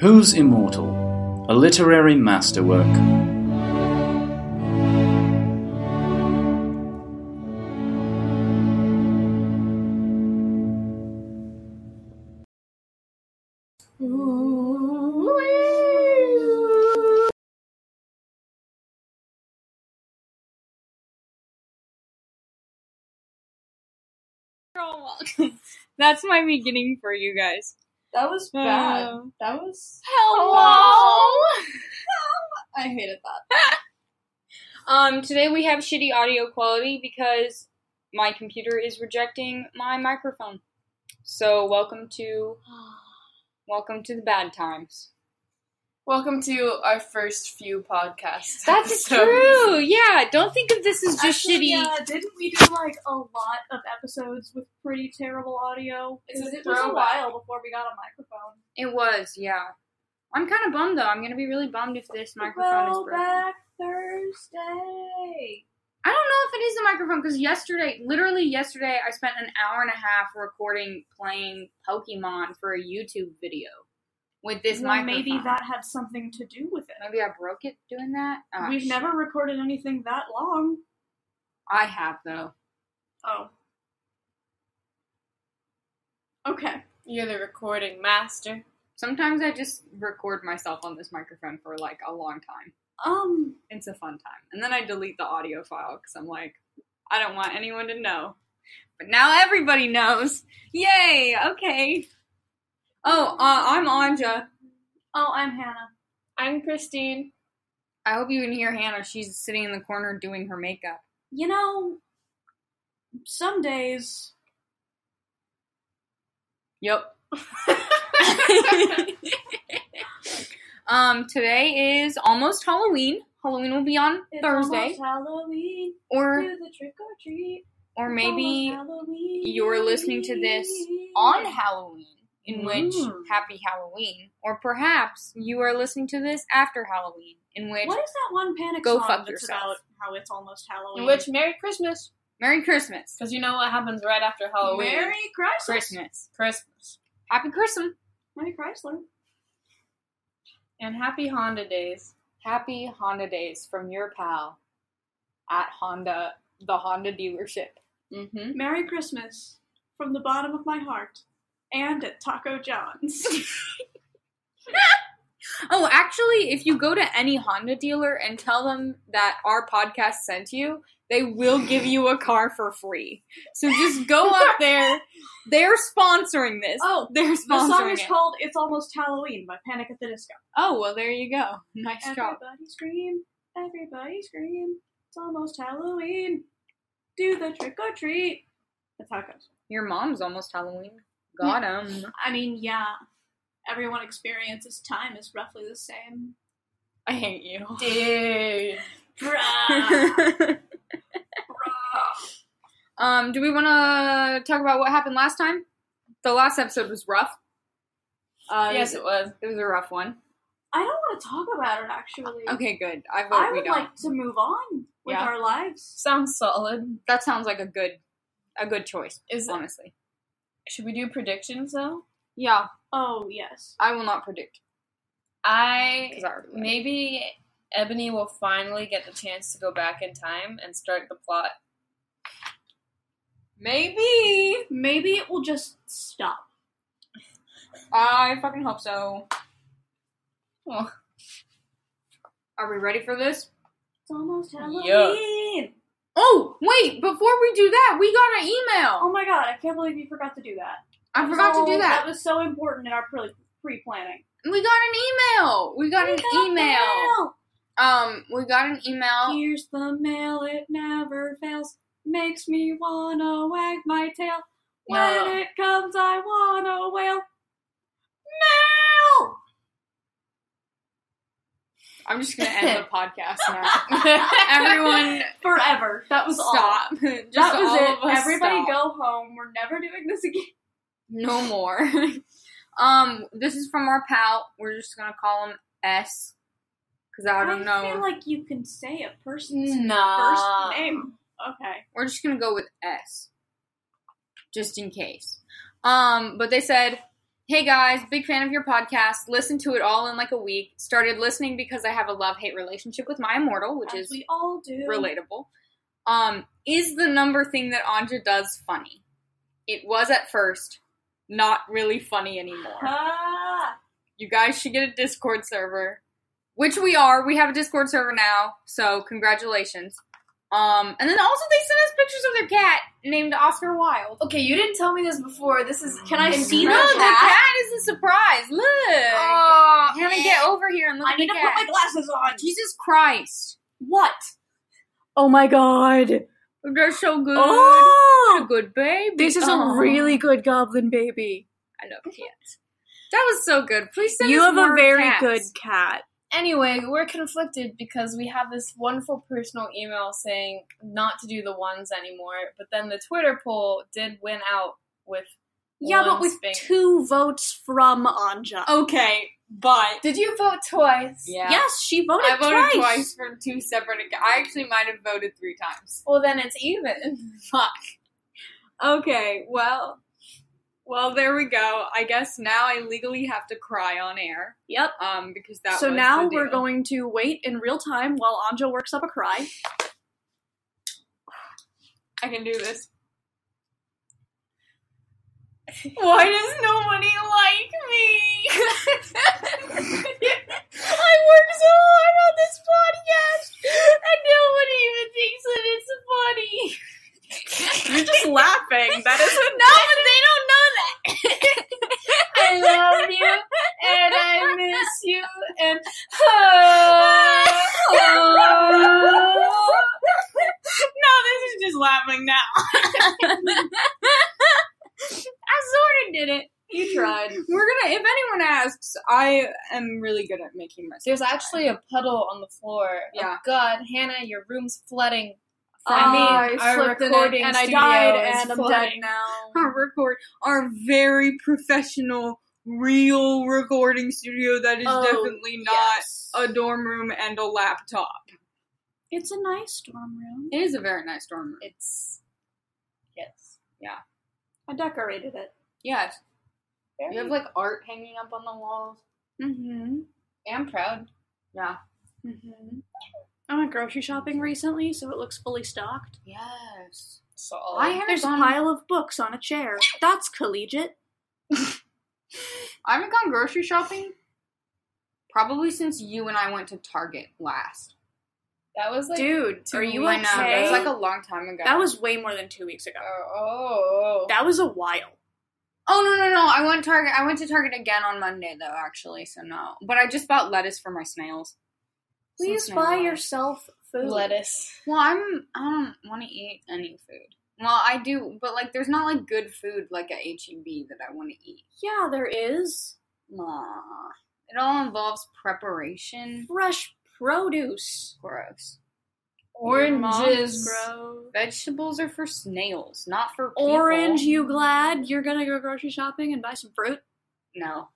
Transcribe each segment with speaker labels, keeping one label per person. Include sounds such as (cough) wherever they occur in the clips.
Speaker 1: Who's Immortal? A literary masterwork.
Speaker 2: You're all welcome. (laughs) That's my beginning for you guys.
Speaker 3: That was bad.
Speaker 2: Oh.
Speaker 3: That was.
Speaker 2: Hello.
Speaker 3: I hated that.
Speaker 2: Um, today we have shitty audio quality because my computer is rejecting my microphone. So welcome to welcome to the bad times.
Speaker 3: Welcome to our first few (laughs) podcasts.
Speaker 4: (laughs)
Speaker 2: That's
Speaker 3: So-
Speaker 2: true. Yeah, don't think of this as just
Speaker 4: Actually,
Speaker 2: shitty.
Speaker 4: Yeah, didn't we do like a lot of episodes with pretty terrible audio?
Speaker 3: It's a
Speaker 4: it was a
Speaker 3: throwback.
Speaker 4: while before we got a microphone.
Speaker 2: It was, yeah. I'm kind of bummed though. I'm gonna be really bummed if this microphone is broken.
Speaker 4: Throwback Thursday.
Speaker 2: I don't know if it is the microphone because yesterday, literally yesterday, I spent an hour and a half recording playing Pokemon for a YouTube video with this
Speaker 4: Well,
Speaker 2: microphone.
Speaker 4: maybe that had something to do with it.
Speaker 2: Maybe I broke it doing that. Ah,
Speaker 4: We've
Speaker 2: shit.
Speaker 4: never recorded anything that long.
Speaker 2: I have though.
Speaker 4: Oh. Okay.
Speaker 3: You're the recording master.
Speaker 2: Sometimes I just record myself on this microphone for like a long time.
Speaker 4: Um.
Speaker 2: It's a fun time, and then I delete the audio file because I'm like, I don't want anyone to know. But now everybody knows. Yay! Okay. Oh, uh, I'm Anja.
Speaker 4: Oh, I'm Hannah.
Speaker 3: I'm Christine.
Speaker 2: I hope you can hear Hannah. She's sitting in the corner doing her makeup.
Speaker 4: You know, some days
Speaker 2: Yep. (laughs) um, today is almost Halloween. Halloween will be on
Speaker 4: it's
Speaker 2: Thursday,
Speaker 4: almost Halloween.
Speaker 2: or
Speaker 4: Do the trick or treat.
Speaker 2: or
Speaker 4: It's
Speaker 2: maybe
Speaker 4: almost Halloween.
Speaker 2: you're listening to this on Halloween, in which
Speaker 4: Mm.
Speaker 2: Happy Halloween, or perhaps you are listening to this after Halloween, in which
Speaker 4: What is that one panic
Speaker 2: Go
Speaker 4: song
Speaker 2: fuck
Speaker 4: that's
Speaker 2: yourself.
Speaker 4: about how it's almost Halloween?
Speaker 3: In which Merry Christmas,
Speaker 2: Merry Christmas,
Speaker 3: because you know what happens right after Halloween.
Speaker 4: Merry Chrysler.
Speaker 2: oh, Christmas,
Speaker 3: Christmas
Speaker 2: Happy Christmas,
Speaker 4: Merry Chrysler.
Speaker 3: and Happy Honda Days.
Speaker 2: Happy Honda Days from your pal at Honda, the Honda dealership.
Speaker 3: Mm-hmm.
Speaker 4: Merry Christmas from the bottom of my heart and at Taco
Speaker 2: (laughs)
Speaker 4: John's.
Speaker 2: Oh, actually, if you go to any Honda dealer and tell them that our podcast sent you, they will give you a car for free. So just go up there. They're sponsoring this.
Speaker 4: Oh,
Speaker 2: they're
Speaker 4: the song
Speaker 2: sponsoring
Speaker 4: is
Speaker 2: it.
Speaker 4: called "It's Almost Halloween" by Panic at the Disco.
Speaker 2: oh, well, there you go. Nice job.
Speaker 4: Everybody scream! Everybody scream! It's almost Halloween. Do the trick or treat. That's how it goes.
Speaker 2: Your mom's almost Halloween. Got him.
Speaker 4: I mean, yeah. Everyone experiences time is roughly the same.
Speaker 2: I hate you.
Speaker 3: Dude.
Speaker 4: Bruh.
Speaker 2: (laughs) um, do we want to talk about what happened last time? The last episode was rough. Uh,
Speaker 3: yes, it was.
Speaker 2: it was a rough one.
Speaker 4: I don't want to talk about it actually.
Speaker 2: Okay, good. I vote
Speaker 4: I
Speaker 2: we
Speaker 4: would
Speaker 2: don't.
Speaker 4: like to move on with
Speaker 2: Yeah.
Speaker 4: our lives.
Speaker 3: Sounds solid.
Speaker 2: That sounds like a good, a good choice.
Speaker 3: Is
Speaker 2: honestly,
Speaker 3: should we do predictions though?
Speaker 2: yeah.
Speaker 4: Oh yes.
Speaker 2: I will not predict
Speaker 3: I
Speaker 2: because I already made.
Speaker 3: maybe Ebony will finally get the chance to go back in time and start the plot.
Speaker 2: Maybe
Speaker 4: Maybe it will just stop.
Speaker 2: I fucking hope so.
Speaker 3: Oh.
Speaker 2: Are we ready for this?
Speaker 4: It's almost Halloween.
Speaker 2: Oh wait! Before we do that, we got an email.
Speaker 4: Oh my god! I can't believe you forgot to do that.
Speaker 2: I forgot to do
Speaker 4: Oh,
Speaker 2: that.
Speaker 4: That was so important in our pre pre planning.
Speaker 2: We got an email. We got an email. Um, we got an email.
Speaker 4: Here's the mail, it never fails. Makes me wanna wag my tail. When
Speaker 3: No.
Speaker 4: it comes, I wanna wail. Mail!
Speaker 2: I'm just gonna
Speaker 4: (laughs)
Speaker 2: end the podcast now. (laughs)
Speaker 3: Everyone,
Speaker 2: Everyone,
Speaker 4: Forever. That was all.
Speaker 2: stop. (laughs) Just
Speaker 4: that was
Speaker 2: all
Speaker 4: it.
Speaker 2: of us
Speaker 4: Everybody
Speaker 2: stop.
Speaker 4: go home. We're never doing this again.
Speaker 2: No more. (laughs) um, this is from our pal. We're just gonna call him S, because I don't know. Mm,
Speaker 4: feel like you can say a person's first
Speaker 3: nah.
Speaker 4: name. Okay.
Speaker 2: We're just gonna go with S, just in case. Um, but they said, Hey guys, big fan of your podcast. Listened to it all in like a week. Started listening because I have a love hate relationship with my immortal, which
Speaker 4: As
Speaker 2: is
Speaker 4: we all do.
Speaker 2: relatable. Um, is the number thing that Anja does funny? It was at first not really funny anymore.
Speaker 4: Ah,
Speaker 2: You guys should get a Discord server, which we are. We have a Discord server now, so congratulations. Um, and then also they sent us pictures of their cat named Oscar Wilde.
Speaker 3: Okay, you didn't tell me this before. This is.
Speaker 4: Can I see
Speaker 2: No,
Speaker 4: Your
Speaker 2: the
Speaker 4: cat?
Speaker 2: cat is a surprise. Look, Uh,
Speaker 3: Oh,
Speaker 2: Hannah, get over here and look
Speaker 4: I
Speaker 2: at
Speaker 4: need
Speaker 2: the
Speaker 4: to
Speaker 2: cat.
Speaker 4: put my glasses on.
Speaker 2: Jesus Christ,
Speaker 4: What? Oh my god.
Speaker 2: they're so good. What a
Speaker 4: Oh!
Speaker 2: good baby.
Speaker 4: This is
Speaker 2: Aw.
Speaker 4: a really good goblin baby.
Speaker 2: I (laughs) love cats. That was so good. Please send
Speaker 4: You
Speaker 2: us
Speaker 4: have a
Speaker 2: more
Speaker 4: very
Speaker 2: cats.
Speaker 4: good cat.
Speaker 3: Anyway, we're conflicted because we have this wonderful personal email saying not to do the ones anymore, but then the Twitter poll did win out with.
Speaker 4: Yeah,
Speaker 3: one
Speaker 4: but with
Speaker 3: spin.
Speaker 4: two votes from Anja.
Speaker 2: Okay, but
Speaker 3: Did you vote twice?
Speaker 2: Oh, yeah,
Speaker 4: Yes, she voted,
Speaker 2: I voted
Speaker 4: twice.
Speaker 2: twice. for two separate. acc- I actually might have voted three times.
Speaker 3: Well, then it's even.
Speaker 2: Fuck. Okay, well, well, there we go. I guess now I legally have to cry on air,
Speaker 4: Yep.
Speaker 2: um, because that.
Speaker 4: so
Speaker 2: was
Speaker 4: now
Speaker 2: the
Speaker 4: we're
Speaker 2: deal.
Speaker 4: going to wait in real time while Anja works up a cry.
Speaker 2: I can do this. Why does nobody like me? I work so hard on this podcast, and nobody even thinks that it's
Speaker 4: (laughs)
Speaker 2: funny.
Speaker 4: You're just laughing. That is
Speaker 2: (laughs) no, but they don't know that.
Speaker 3: I love you (laughs) and I miss you and oh, oh.
Speaker 2: no, this is just laughing now. I sort of did it.
Speaker 4: you tried.
Speaker 2: We're gonna. If anyone asks, I am really good at making myself.
Speaker 3: There's actually a puddle on the floor.
Speaker 2: Yeah.
Speaker 3: Oh God, Hannah, your room's flooding.
Speaker 4: I
Speaker 3: I
Speaker 4: mean,
Speaker 3: mean,
Speaker 4: Ah, I
Speaker 3: our
Speaker 4: slipped in it
Speaker 3: recording
Speaker 4: and I
Speaker 3: studio
Speaker 4: died,
Speaker 3: is
Speaker 4: and I'm dead
Speaker 3: flooding.
Speaker 4: now.
Speaker 2: our record our very professional real recording studio that is
Speaker 4: Oh,
Speaker 2: definitely not
Speaker 4: Yes.
Speaker 2: a dorm room and a laptop
Speaker 4: It's a nice storm room.
Speaker 2: it is a very nice dorm room
Speaker 3: It's yes.
Speaker 4: I decorated it.
Speaker 2: yes
Speaker 3: Very-
Speaker 2: you have like art hanging up on the walls
Speaker 4: Mm-hmm.
Speaker 3: I'm proud.
Speaker 2: yeah
Speaker 4: Mm-hmm. I went grocery shopping recently, so it looks fully stocked.
Speaker 2: yes
Speaker 3: So all
Speaker 2: I haven't
Speaker 4: There's a
Speaker 2: gone,
Speaker 4: pile of books on a chair. That's collegiate.
Speaker 2: I haven't gone grocery shopping probably since you and I went to Target last
Speaker 3: that was like
Speaker 4: Dude,
Speaker 3: two
Speaker 4: are you
Speaker 2: I know
Speaker 4: okay?
Speaker 3: weeks ago.
Speaker 2: that was like a long time ago
Speaker 4: That was way more than two weeks ago.
Speaker 3: oh, oh.
Speaker 4: That was a while.
Speaker 2: Oh no no no! I went Target. I went to Target again on Monday though, actually. So no, but I just bought lettuce for my snails. Some
Speaker 4: Please
Speaker 2: snail
Speaker 4: buy
Speaker 2: oil.
Speaker 4: yourself food.
Speaker 3: lettuce.
Speaker 2: Well, I'm I don't want to eat any food. Well, I do, but like there's not like good food like at H E B that I want to eat.
Speaker 4: Yeah, there is
Speaker 2: Nah. It all involves preparation.
Speaker 4: fresh produce.
Speaker 2: Gross.
Speaker 3: Oranges.
Speaker 4: grow.
Speaker 2: Vegetables are for snails, not for people.
Speaker 4: Orange, you glad? You're gonna go grocery shopping and buy some fruit?
Speaker 2: No,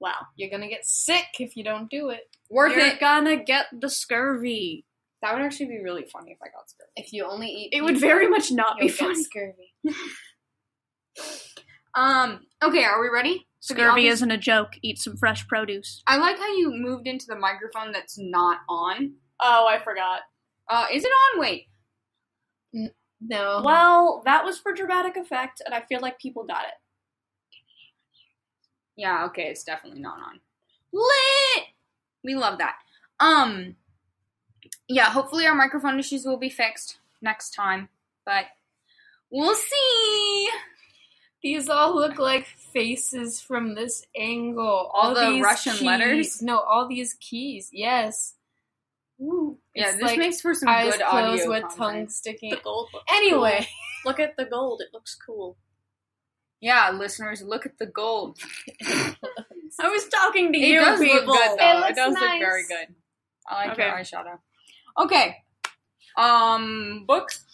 Speaker 4: Wow.
Speaker 3: You're gonna get sick if you don't do it.
Speaker 2: worth
Speaker 4: You're
Speaker 2: it.
Speaker 4: gonna get the scurvy.
Speaker 2: That would actually be really funny if I got scurvy.
Speaker 3: If you only eat,
Speaker 4: It would
Speaker 3: beef,
Speaker 4: very much not
Speaker 3: you'll
Speaker 4: be
Speaker 3: get
Speaker 4: funny.
Speaker 3: Scurvy.
Speaker 2: Um. Okay, are we ready? For the
Speaker 4: Scurvy
Speaker 2: obvious-
Speaker 4: isn't a joke. Eat some fresh produce.
Speaker 2: I like how you moved into the microphone that's not on.
Speaker 4: Oh, I forgot.
Speaker 2: Uh, is it on? Wait.
Speaker 3: No.
Speaker 4: Well, that was for dramatic effect, and I feel like people got it.
Speaker 2: Yeah, okay, it's definitely not on. Lit! We love that. Um, yeah, hopefully our microphone issues will be fixed next time, but we'll see.
Speaker 3: These all look like faces from this angle.
Speaker 2: All the
Speaker 3: these
Speaker 2: Russian
Speaker 3: keys-
Speaker 2: letters?
Speaker 3: No, all these keys. Yes. Ooh,
Speaker 2: Yeah,
Speaker 3: it's
Speaker 2: this
Speaker 3: like
Speaker 2: makes for some
Speaker 3: eyes
Speaker 2: good
Speaker 3: closed
Speaker 2: audio.
Speaker 3: with
Speaker 2: content.
Speaker 3: tongue sticking.
Speaker 4: The gold. looks
Speaker 3: Anyway,
Speaker 4: cool. look at the gold. It looks cool.
Speaker 2: Yeah, listeners, look at the gold.
Speaker 4: I was talking to
Speaker 2: It
Speaker 4: you
Speaker 2: does
Speaker 4: people.
Speaker 2: look good
Speaker 3: It
Speaker 2: though. It,
Speaker 3: looks
Speaker 2: does look
Speaker 3: nice.
Speaker 2: very good. I like your
Speaker 4: Okay.
Speaker 2: eyeshadow. Okay. Um, books.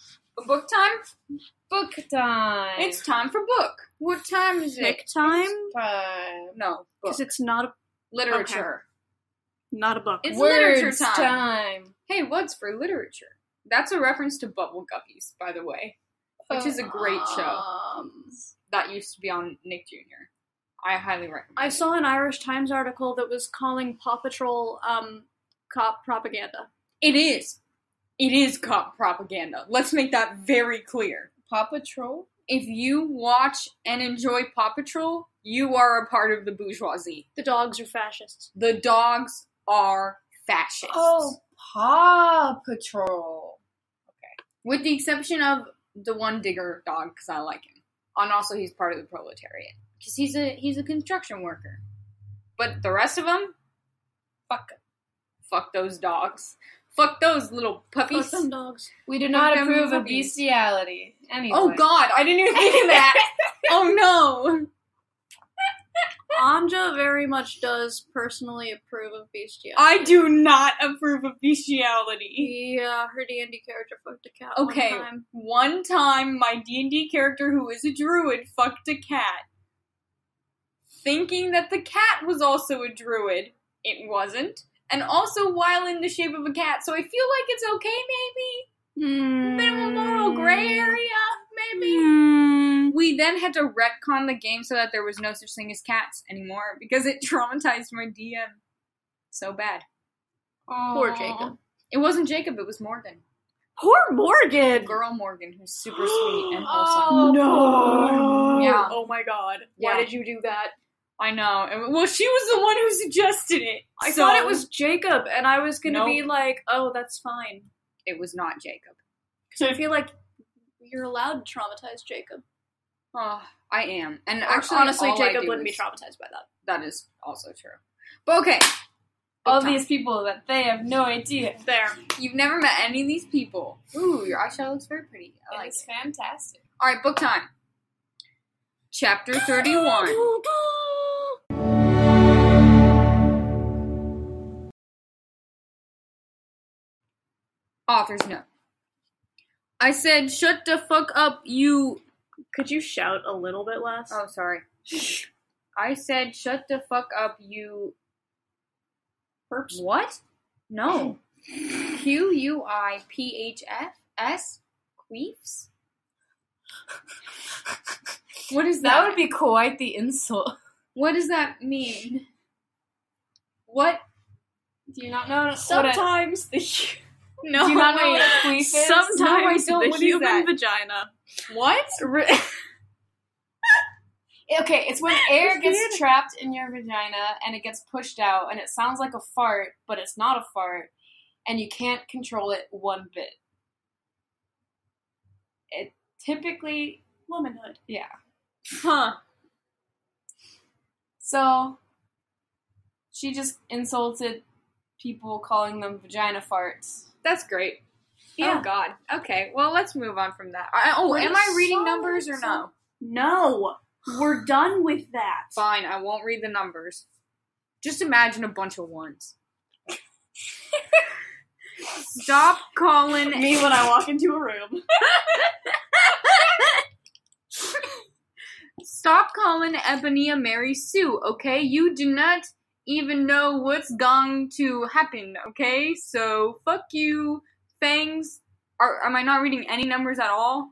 Speaker 2: Book time.
Speaker 3: book time.
Speaker 2: It's time for book. What time is
Speaker 4: Pick time
Speaker 3: time.
Speaker 2: No, book.
Speaker 4: because it's not a
Speaker 2: literature.
Speaker 4: not a book.
Speaker 2: It's
Speaker 3: Words
Speaker 2: literature time.
Speaker 3: time.
Speaker 2: Hey, what's for literature? That's a reference to Bubble Guppies, by the way, which is a great show
Speaker 3: Um,
Speaker 2: that used to be on Nick Jr. I highly recommend.
Speaker 4: I saw an Irish Times article that was calling Paw Patrol um, cop propaganda.
Speaker 2: it is, it is cop propaganda. Let's make that very clear.
Speaker 3: Paw Patrol?
Speaker 2: If you watch and enjoy Paw Patrol, you are a part of the bourgeoisie.
Speaker 4: The dogs are fascists.
Speaker 2: The dogs are fascists.
Speaker 3: Oh, Paw Patrol.
Speaker 2: With the exception of the one digger dog, because I like him, and also he's part of the proletariat because he's a he's a construction worker. But the rest of them, fuck, 'em. fuck those dogs, fuck those little
Speaker 4: Fuck
Speaker 2: puppies.
Speaker 4: them dogs.
Speaker 3: We do not
Speaker 2: Them
Speaker 3: approve of
Speaker 2: puppies.
Speaker 3: bestiality. Anyway.
Speaker 2: Oh God, I didn't even think of that.
Speaker 4: (laughs)
Speaker 2: oh no.
Speaker 4: Anja very much does personally approve of bestiality.
Speaker 2: I do not approve of bestiality.
Speaker 4: yeah, uh, her D and D character fucked a cat.
Speaker 2: Okay,
Speaker 4: One time.
Speaker 2: one time my D&D character who is a druid fucked a cat. Thinking that the cat was also a druid, it wasn't. And also while in the shape of a cat, so I feel like it's okay maybe. Minimal moral gray area, maybe.
Speaker 4: Hmm.
Speaker 2: We then had to retcon the game so that there was no such thing as cats anymore because it (laughs) traumatized my DM so bad.
Speaker 4: Poor
Speaker 3: Aw.
Speaker 4: Jacob.
Speaker 2: It wasn't Jacob, it was Morgan.
Speaker 4: Poor
Speaker 2: The
Speaker 4: Morgan.
Speaker 2: girl Morgan, who's super sweet and wholesome.
Speaker 3: Oh,
Speaker 4: No.
Speaker 2: Yeah.
Speaker 4: Oh my god.
Speaker 2: Yeah.
Speaker 4: Why did you do that?
Speaker 2: I know. And- Well, she was the one who suggested it.
Speaker 4: I
Speaker 2: so-
Speaker 4: thought it was Jacob, and I was gonna
Speaker 2: Nope.
Speaker 4: be like, "Oh, that's fine,"
Speaker 2: It was not Jacob.
Speaker 4: because I feel like you're allowed to traumatize Jacob.
Speaker 2: Oh, I am. And
Speaker 4: Or
Speaker 2: actually,
Speaker 4: honestly,
Speaker 2: all I
Speaker 4: Jacob
Speaker 2: do
Speaker 4: wouldn't
Speaker 2: is-
Speaker 4: be traumatized by that.
Speaker 2: That is also true. But okay.
Speaker 3: All
Speaker 2: Big time.
Speaker 3: these people that they have no idea.
Speaker 4: There.
Speaker 2: You've never met any of these people. Ooh, your eyeshadow looks very pretty. I like
Speaker 3: It's fantastic.
Speaker 2: it. All right, book time. Chapter 31. Author's note. I said, shut the fuck up, you.
Speaker 4: Could you shout a little bit less?
Speaker 2: Oh, sorry. I said, shut the fuck up, you.
Speaker 4: Burps.
Speaker 2: What? No. Q U I P H F S queefs. What is that?
Speaker 3: That would be quite the insult.
Speaker 2: What does that mean? What?
Speaker 3: Do you not know what
Speaker 4: Sometimes (laughs) the hu-
Speaker 2: No.
Speaker 3: do you not know
Speaker 2: wait.
Speaker 3: what a queef is?
Speaker 4: Oh sometimes
Speaker 2: No, I don't.
Speaker 4: the
Speaker 2: What is
Speaker 4: human
Speaker 2: that?
Speaker 4: vagina.
Speaker 2: (laughs) What?
Speaker 4: Re-
Speaker 3: a, okay, it's when air
Speaker 2: It's
Speaker 3: gets
Speaker 2: weird.
Speaker 3: trapped in your vagina and it gets pushed out and it sounds like a fart, but it's not a fart, and you can't control it one bit. It typically
Speaker 4: Womanhood.
Speaker 3: yeah.
Speaker 2: Huh.
Speaker 3: So she just insulted people calling them vagina farts.
Speaker 2: That's great.
Speaker 4: Yeah.
Speaker 2: Oh God. Okay. Well, let's move on from that. I, oh,
Speaker 4: We're
Speaker 2: am
Speaker 4: just
Speaker 2: I reading
Speaker 4: solid,
Speaker 2: numbers or no?
Speaker 4: No, we're done with that.
Speaker 2: Fine. I won't read the numbers. Just imagine a bunch of ones. Stop calling
Speaker 4: (laughs) Me when I walk into a (laughs) room.
Speaker 2: Stop calling Ebony a Mary Sue, okay? You do not even know what's going to happen, okay? So fuck you, Fangs. Are am I not reading any numbers at all,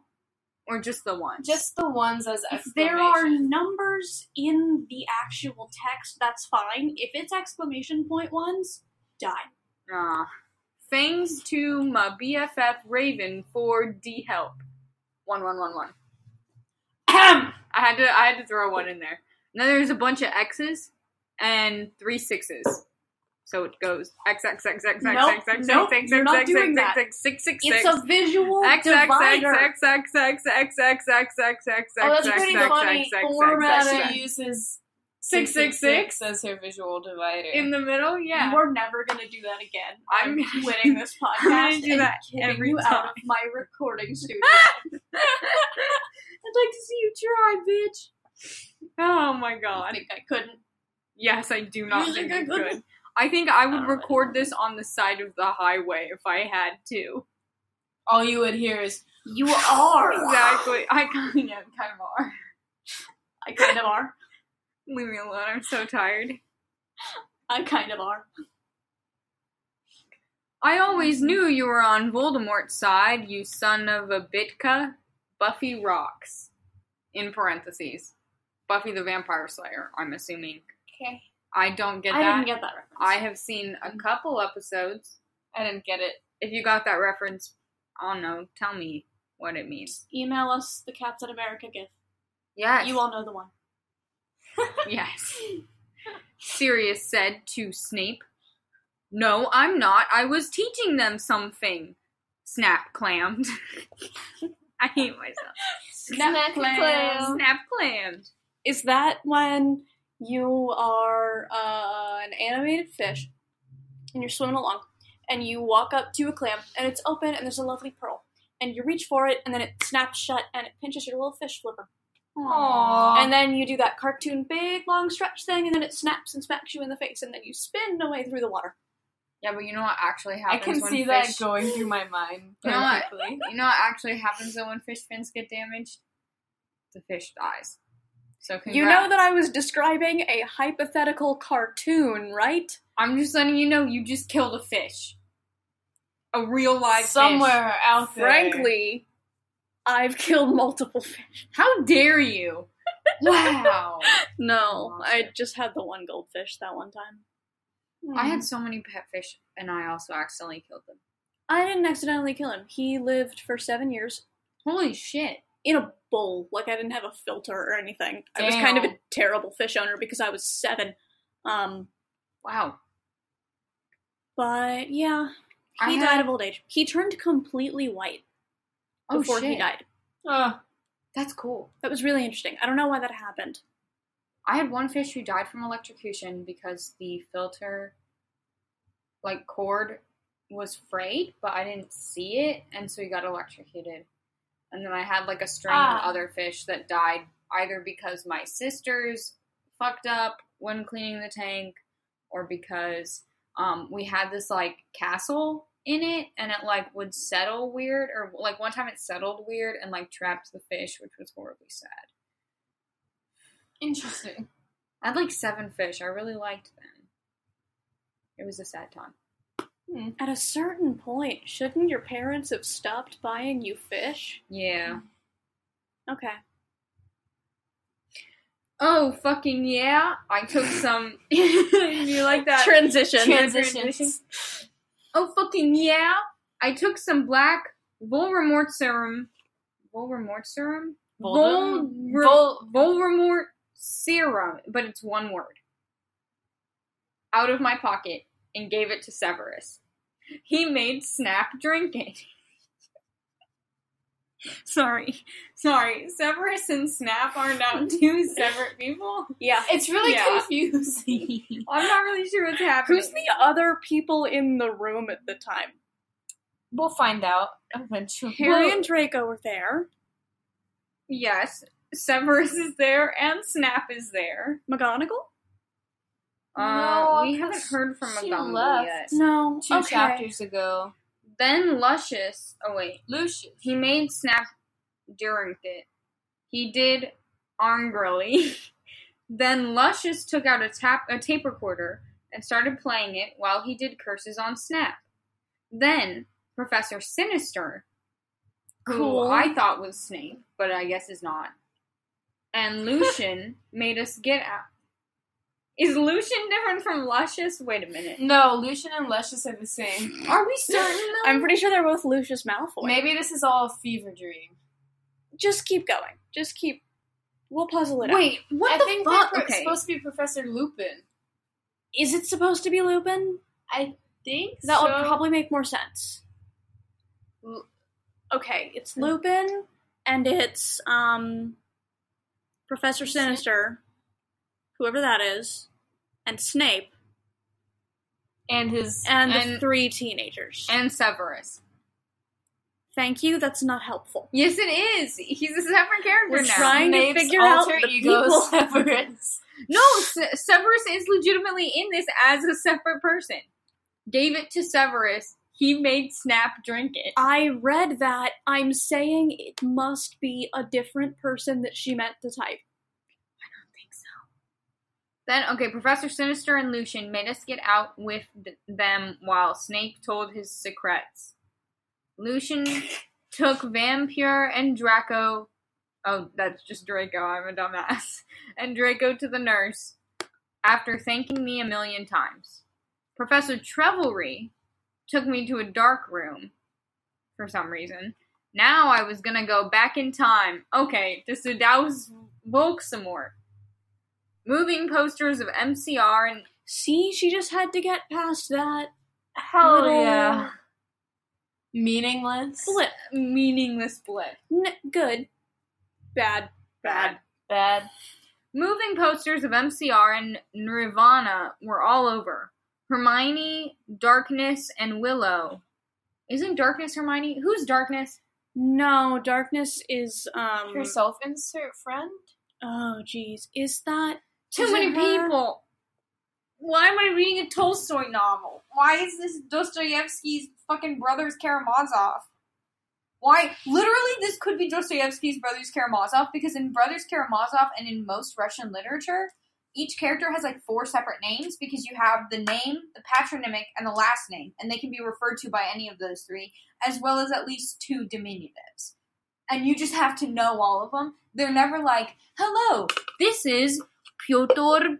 Speaker 2: or just the one?
Speaker 3: Just the ones as
Speaker 4: If there are
Speaker 3: exclamation.
Speaker 4: numbers in the actual text, that's fine. If it's exclamation point ones, die.
Speaker 2: Nah. Fangs to my BFF Raven for D help. One one one (clears throat) one.
Speaker 4: Ahem.
Speaker 2: I had to I had to throw one in there. And then there's a bunch of X's and three sixes. So it goes X X X X X
Speaker 4: Nope,
Speaker 2: X X X
Speaker 4: nope,
Speaker 2: X
Speaker 4: you're
Speaker 2: X
Speaker 4: not
Speaker 2: X
Speaker 4: doing
Speaker 2: X
Speaker 4: that.
Speaker 2: X six six
Speaker 4: it's
Speaker 2: six.
Speaker 4: a visual
Speaker 2: X X X
Speaker 4: divider.
Speaker 2: X X X X X X X X
Speaker 3: Oh, that's
Speaker 2: X
Speaker 3: pretty
Speaker 2: X
Speaker 3: funny
Speaker 2: X X
Speaker 3: format
Speaker 2: X
Speaker 3: that
Speaker 2: X
Speaker 3: she uses
Speaker 2: Six, six, six.
Speaker 3: as her visual divider.
Speaker 2: in the middle. Yeah,
Speaker 4: We're never gonna do that again.
Speaker 2: I'm-
Speaker 4: I'm quitting this
Speaker 2: (laughs) I'm gonna
Speaker 4: podcast
Speaker 2: do
Speaker 4: and
Speaker 2: that
Speaker 4: kicking
Speaker 2: every
Speaker 4: you out
Speaker 2: time.
Speaker 4: of
Speaker 2: (laughs)
Speaker 4: my (laughs) recording studio.
Speaker 2: I'd like to see you try, bitch. Oh my
Speaker 4: I
Speaker 2: god.
Speaker 4: think I couldn't.
Speaker 2: Yes, I do not
Speaker 4: You
Speaker 2: think
Speaker 4: think
Speaker 2: I
Speaker 4: I couldn't?
Speaker 2: could. I think I would
Speaker 4: Uh,
Speaker 2: record this on the side of the highway if I had to.
Speaker 3: All you would hear is
Speaker 4: You (laughs) are.
Speaker 2: Exactly. I kind of, kind of are.
Speaker 4: I kind of are.
Speaker 2: Leave me alone. I'm so tired.
Speaker 4: I kind of are.
Speaker 2: I
Speaker 4: Mm-hmm.
Speaker 2: always knew you were on Voldemort's side, you son of a bitka. Buffy rocks. In parentheses. Buffy the Vampire Slayer, I'm assuming.
Speaker 3: Okay.
Speaker 2: I don't get
Speaker 4: I
Speaker 2: that.
Speaker 4: didn't get that reference.
Speaker 2: I have seen a couple episodes.
Speaker 3: I didn't get it.
Speaker 2: If you got that reference, I don't know. Tell me what it means.
Speaker 4: Email us the Captain America gift.
Speaker 2: Yes.
Speaker 4: You all know the one.
Speaker 2: Yes. Sirius said to Snape, No, I'm not. I was teaching them something. Snap clammed. (laughs) I hate myself.
Speaker 3: Snack clam.
Speaker 2: Snap clammed.
Speaker 4: Is that when you are uh, an animated fish and you're swimming along and you walk up to a clam and it's open and there's a lovely pearl and you reach for it and then it snaps shut and it pinches your little fish flipper.
Speaker 2: Aww.
Speaker 4: And then you do that cartoon big long stretch thing and then it snaps and smacks you in the face and then you spin away through the water.
Speaker 2: yeah, but you know what actually happens
Speaker 3: I can
Speaker 2: when
Speaker 3: see that
Speaker 2: fish...
Speaker 3: going through my (laughs) mind
Speaker 2: You know what?
Speaker 3: perfectly.
Speaker 2: You know what actually happens though when fish fins get damaged? The fish dies. So congrats.
Speaker 4: You know that I was describing a hypothetical cartoon, right?
Speaker 2: I'm just letting you know you just killed a fish. A real live fish.
Speaker 3: Somewhere out there.
Speaker 4: Frankly, I've killed multiple fish.
Speaker 2: How dare you?
Speaker 3: (laughs)
Speaker 2: Wow.
Speaker 4: No, I
Speaker 2: Monster.
Speaker 4: just had the one goldfish that one time.
Speaker 2: I
Speaker 4: Hmm.
Speaker 2: had so many pet fish and I also accidentally killed them.
Speaker 4: I didn't accidentally kill him. He lived for seven years
Speaker 2: Holy shit.
Speaker 4: in a bowl. Like I didn't have a filter or anything. I was kind of a
Speaker 2: Damn.
Speaker 4: terrible fish owner because I was seven. Um,
Speaker 2: Wow.
Speaker 4: but yeah,
Speaker 2: I
Speaker 4: he
Speaker 2: had-
Speaker 4: died of old age. He turned completely white
Speaker 2: Oh,
Speaker 4: before he
Speaker 2: shit.
Speaker 4: died.
Speaker 3: Ugh.
Speaker 2: That's cool.
Speaker 4: That was really interesting. I don't know why that happened.
Speaker 2: I had one fish who died from electrocution because the filter, like cord, was frayed, but I didn't see it, and so he got electrocuted. And then I had like a string of
Speaker 3: Ah.
Speaker 2: other fish that died either because my sisters fucked up when cleaning the tank, or because um, we had this like castle in it, and it like would settle weird, or like one time it settled weird and like trapped the fish, which was horribly sad.
Speaker 3: Interesting.
Speaker 2: I had like seven fish. I really liked them. It was a sad time.
Speaker 4: At a certain point, shouldn't your parents have stopped buying you fish?
Speaker 2: Yeah.
Speaker 4: Okay.
Speaker 2: Oh fucking yeah! I took some. (laughs) you like
Speaker 4: (laughs)
Speaker 2: that?
Speaker 4: Transition.
Speaker 3: Transitions.
Speaker 2: oh fucking yeah! I took some black Volremort serum. Volremort serum.
Speaker 3: Voldem-
Speaker 2: Volre-
Speaker 3: Vol-
Speaker 2: Volremort serum, but it's one word. Out of my pocket and gave it to Severus. He made Snap drink it. (laughs) Sorry, sorry. Severus and Snap are now (laughs) two separate people.
Speaker 4: Yeah.
Speaker 3: It's really
Speaker 2: Yeah.
Speaker 3: confusing.
Speaker 2: I'm not really sure what's happening.
Speaker 4: Who's the other people in the room at the time?
Speaker 3: (laughs) we'll find out eventually.
Speaker 4: Harry
Speaker 2: Well-
Speaker 4: and Draco were there.
Speaker 2: Yes, Severus is there and Snap is there.
Speaker 4: McGonagall?
Speaker 2: Uh,
Speaker 3: No,
Speaker 2: we haven't
Speaker 3: because
Speaker 2: heard from
Speaker 3: she
Speaker 2: Montgomery
Speaker 3: left.
Speaker 2: yet.
Speaker 4: No.
Speaker 3: two chapters ago.
Speaker 2: Then Luscious. Oh wait,
Speaker 3: Lucius.
Speaker 2: He made Snap drink it. He did (laughs) Armgrilly. then Luscious took out a tap a tape recorder and started playing it while he did curses on Snap. Then Professor Sinister, who
Speaker 4: Cool.
Speaker 2: I thought was Snape, but I guess is not, (laughs) and Lucian made us get out. Is Lucian different from Luscious? Wait a minute.
Speaker 3: No, Lucian and Lucius are the same.
Speaker 2: Are we (laughs) certain? though?
Speaker 4: I'm pretty sure they're both Lucius Malfoy.
Speaker 3: Maybe this is all a fever dream.
Speaker 4: Just keep going. Just keep. We'll puzzle it out.
Speaker 2: Wait, what
Speaker 3: I
Speaker 2: the
Speaker 3: think
Speaker 2: fuck?
Speaker 3: they're pro-
Speaker 2: okay.
Speaker 3: supposed to be Professor Lupin.
Speaker 4: Is it supposed to be Lupin?
Speaker 3: I think
Speaker 4: That
Speaker 3: so.
Speaker 4: would probably make more sense.
Speaker 2: L-
Speaker 4: Okay, it's Lupin and it's um Professor Sinister, whoever that is, and Snape,
Speaker 3: and his
Speaker 4: and, the
Speaker 2: And-
Speaker 4: three teenagers.
Speaker 2: and Severus.
Speaker 4: Thank you, that's not helpful.
Speaker 2: Yes, it is. He's a separate character
Speaker 4: We're
Speaker 2: now.
Speaker 4: trying to
Speaker 3: Snape's
Speaker 4: figure out
Speaker 3: alter
Speaker 4: the
Speaker 3: ego (laughs)
Speaker 4: people.
Speaker 3: Severus.
Speaker 2: No, Se- Severus is legitimately in this as a separate person. Gave it to Severus. He made Snap drink it.
Speaker 4: I read that. I'm saying it must be a different person that she meant to type.
Speaker 2: Then, okay, Professor Sinister and Lucian made us get out with th- them while Snape told his secrets. Lucian took Vampire and Draco Oh, that's just Draco. I'm a dumbass. (laughs) And Draco to the nurse after thanking me a million times. Professor Trevelry took me to a dark room for some reason. Now I was gonna go back in time. Okay, to Sudows woke some more. Moving posters of MCR and
Speaker 4: See, she just had to get past that
Speaker 3: Hell
Speaker 4: little
Speaker 3: yeah.
Speaker 4: meaningless
Speaker 2: blip, meaningless blip.
Speaker 4: N- good, bad,
Speaker 2: Bad.
Speaker 3: Bad.
Speaker 2: Moving posters of MCR and Nirvana were all over. Hermione, Darkness, and Willow. Isn't Darkness Hermione? Who's Darkness?
Speaker 4: No, darkness is um.
Speaker 3: Yourself insert friend?
Speaker 4: Oh, jeez, is that
Speaker 2: Too
Speaker 4: is it
Speaker 2: many
Speaker 4: her?
Speaker 2: people. Why am I reading a Tolstoy novel? Why is this Dostoevsky's fucking Brothers Karamazov? Why? Literally, this could be Dostoevsky's Brothers Karamazov because in Brothers Karamazov and in most Russian literature, each character has like four separate names because you have the name, the patronymic, and the last name, and they can be referred to by any of those three, as well as at least two diminutives. And you just have to know all of them. They're never like, hello, this is Pyotr.